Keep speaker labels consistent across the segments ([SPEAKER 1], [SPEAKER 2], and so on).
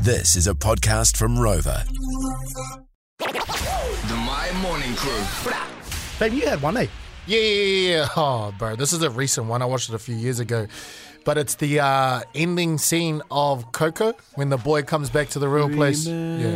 [SPEAKER 1] This is a podcast from Rover.
[SPEAKER 2] The My Morning Crew.
[SPEAKER 3] Babe, you had one, eh?
[SPEAKER 4] Yeah, yeah, yeah, yeah. Oh, bro, this is a recent one. I watched it a few years ago. But it's the uh, ending scene of Coco when the boy comes back to the real place. Yeah.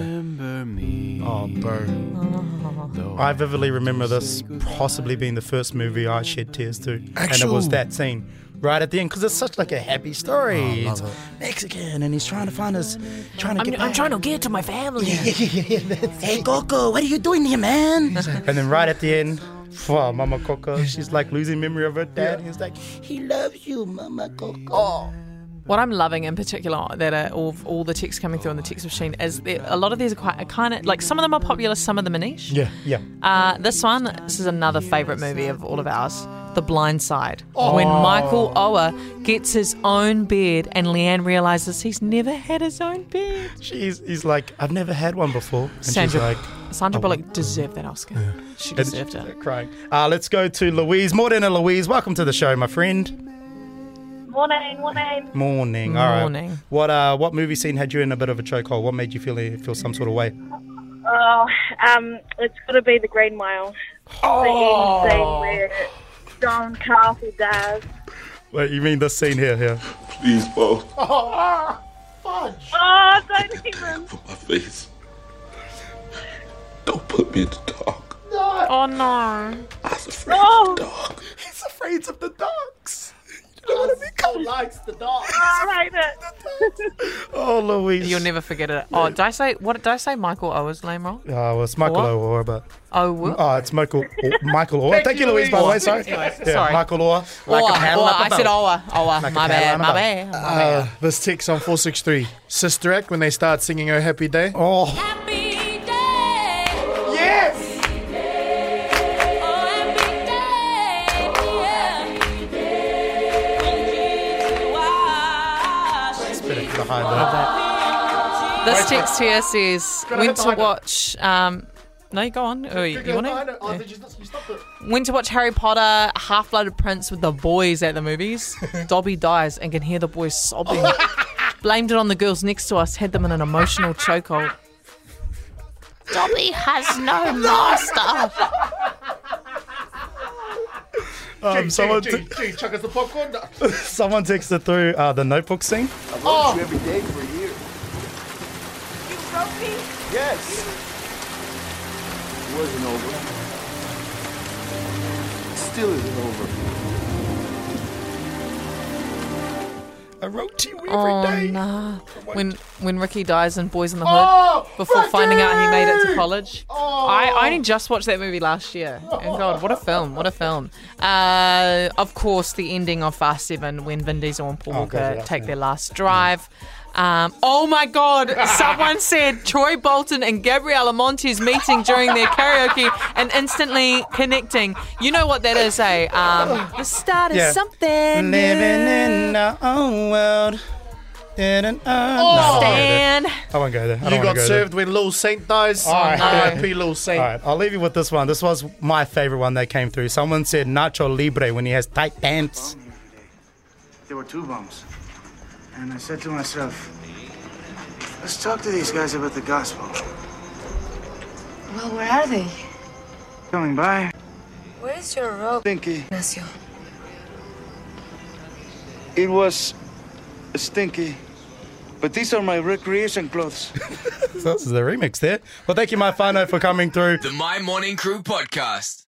[SPEAKER 4] Oh, bro.
[SPEAKER 3] I vividly remember this possibly being the first movie I shed tears to, and it was
[SPEAKER 4] Actual-
[SPEAKER 3] that scene right at the end because it's such like a happy story. It's
[SPEAKER 4] it.
[SPEAKER 3] Mexican, and he's trying to find his, trying to
[SPEAKER 5] I'm,
[SPEAKER 3] get.
[SPEAKER 5] I'm trying to get to my family.
[SPEAKER 3] hey, Coco, what are you doing here, man? and then right at the end. For Mama Coco, she's like losing memory of her dad. and He's like, he loves you, Mama Coco.
[SPEAKER 5] What I'm loving in particular that are all, all the texts coming through on the text machine is that a lot of these are quite are kind of like some of them are popular, some of them are niche.
[SPEAKER 3] Yeah, yeah.
[SPEAKER 5] Uh, this one, this is another favourite movie of all of ours, The Blind Side.
[SPEAKER 3] Oh.
[SPEAKER 5] When Michael Ower gets his own bed and Leanne realises he's never had his own bed.
[SPEAKER 3] She's, he's like, I've never had one before. And
[SPEAKER 5] Sandra,
[SPEAKER 3] she's like,
[SPEAKER 5] Sandra
[SPEAKER 3] oh,
[SPEAKER 5] Bullock deserved that Oscar. She
[SPEAKER 3] And
[SPEAKER 5] deserved it.
[SPEAKER 3] Crying. Uh, let's go to Louise. Morning, Louise. Welcome to the show, my friend.
[SPEAKER 6] Morning, morning.
[SPEAKER 3] Morning. All right.
[SPEAKER 5] Morning.
[SPEAKER 3] What uh, what movie scene had you in a bit of a chokehold? What made you feel feel some sort of way?
[SPEAKER 6] Oh, um, it's got to be the Green Mile. Oh. The end scene where John Castle dies.
[SPEAKER 3] Wait, you mean this scene here? Here.
[SPEAKER 7] Please, Paul,
[SPEAKER 6] Oh, don't even.
[SPEAKER 7] for my face. Don't put me in the dark.
[SPEAKER 5] Oh no.
[SPEAKER 7] I was afraid
[SPEAKER 6] No.
[SPEAKER 7] of the dark.
[SPEAKER 3] He's afraid of the dogs. You don't want to be likes the dogs.
[SPEAKER 6] I hate it.
[SPEAKER 3] Oh, Louise.
[SPEAKER 5] You'll never forget it. Oh, did I say what did I say Michael Ower's name wrong?
[SPEAKER 3] Oh, well, it's Michael
[SPEAKER 5] What?
[SPEAKER 3] Orr, but
[SPEAKER 5] Ower.
[SPEAKER 3] oh, it's Michael Or- Michael Orr. Thank, you, Louise. By the way, sorry. Yeah,
[SPEAKER 5] Sorry.
[SPEAKER 3] Michael Orr.
[SPEAKER 5] Owa,
[SPEAKER 3] Like a paddle
[SPEAKER 5] Owa.
[SPEAKER 3] up a
[SPEAKER 5] I said
[SPEAKER 3] boat.
[SPEAKER 5] Owa. Owa.
[SPEAKER 3] Like a
[SPEAKER 5] my, bad,
[SPEAKER 3] paddle
[SPEAKER 5] my
[SPEAKER 3] up a
[SPEAKER 5] bad. My bad.
[SPEAKER 4] Uh, this text on 463. Sister Act when they start singing Oh Happy Day.
[SPEAKER 3] Oh,
[SPEAKER 8] Happy day.
[SPEAKER 3] yes.
[SPEAKER 8] Oh, happy day. Yeah. Happy day.
[SPEAKER 3] Behind that.
[SPEAKER 5] This text here says when
[SPEAKER 4] hit
[SPEAKER 5] to
[SPEAKER 4] behind it.
[SPEAKER 5] watch. Um, no, you go on. Oh, you, you want to? Yeah. When to watch Harry Potter, Half Blooded Prince with the boys at the movies. Dobby dies and can hear the boys sobbing. Blamed it on the girls next to us, had them in an emotional chokehold. Dobby has no master.
[SPEAKER 3] Um, someone, t-
[SPEAKER 4] chuck us the popcorn.
[SPEAKER 3] someone texted through uh, the Notebook scene.
[SPEAKER 5] Oh.
[SPEAKER 9] wasn't over. Still isn't over.
[SPEAKER 3] I wrote to you every day.
[SPEAKER 5] Oh no! When when Ricky dies in Boys in the Hood,
[SPEAKER 4] Oh!
[SPEAKER 9] Oh,
[SPEAKER 5] before finding out he made it to college, I, I only just watched that movie last year. And God, what a film! What a film! Uh, of course, the ending of Fast Seven when Vin Diesel and Paul
[SPEAKER 3] okay,
[SPEAKER 5] Walker
[SPEAKER 3] Oh, yeah,
[SPEAKER 5] take
[SPEAKER 3] yeah.
[SPEAKER 5] their last drive. Um, oh my God! Someone said Troy Bolton and Gabriella Montes meeting during their karaoke and instantly connecting. You know what that is, eh? Um, the start of
[SPEAKER 3] Yeah. Living
[SPEAKER 5] something. new.
[SPEAKER 3] in our own world. In an oh.
[SPEAKER 5] Stand.
[SPEAKER 3] I won't go there. I don't
[SPEAKER 4] You
[SPEAKER 3] wanna
[SPEAKER 4] got
[SPEAKER 3] go
[SPEAKER 4] served when Lil Saint dies. All
[SPEAKER 3] right.
[SPEAKER 4] R.I.P. Lil Saint.
[SPEAKER 3] There. All right, I'll leave you with this one. This was my favorite one that came through. Someone said Nacho Libre when he has tight pants.
[SPEAKER 10] There were two bumps. And I said to myself, let's talk to these guys about the gospel.
[SPEAKER 8] Well, where are they?
[SPEAKER 10] Coming by,
[SPEAKER 8] Where is your robe,
[SPEAKER 10] stinky.
[SPEAKER 8] Ignacio?
[SPEAKER 10] It was stinky. But these are my recreation clothes.
[SPEAKER 3] So this is the remix there. Well, thank you, my whānau, for coming through.
[SPEAKER 2] The My Morning Crew Podcast.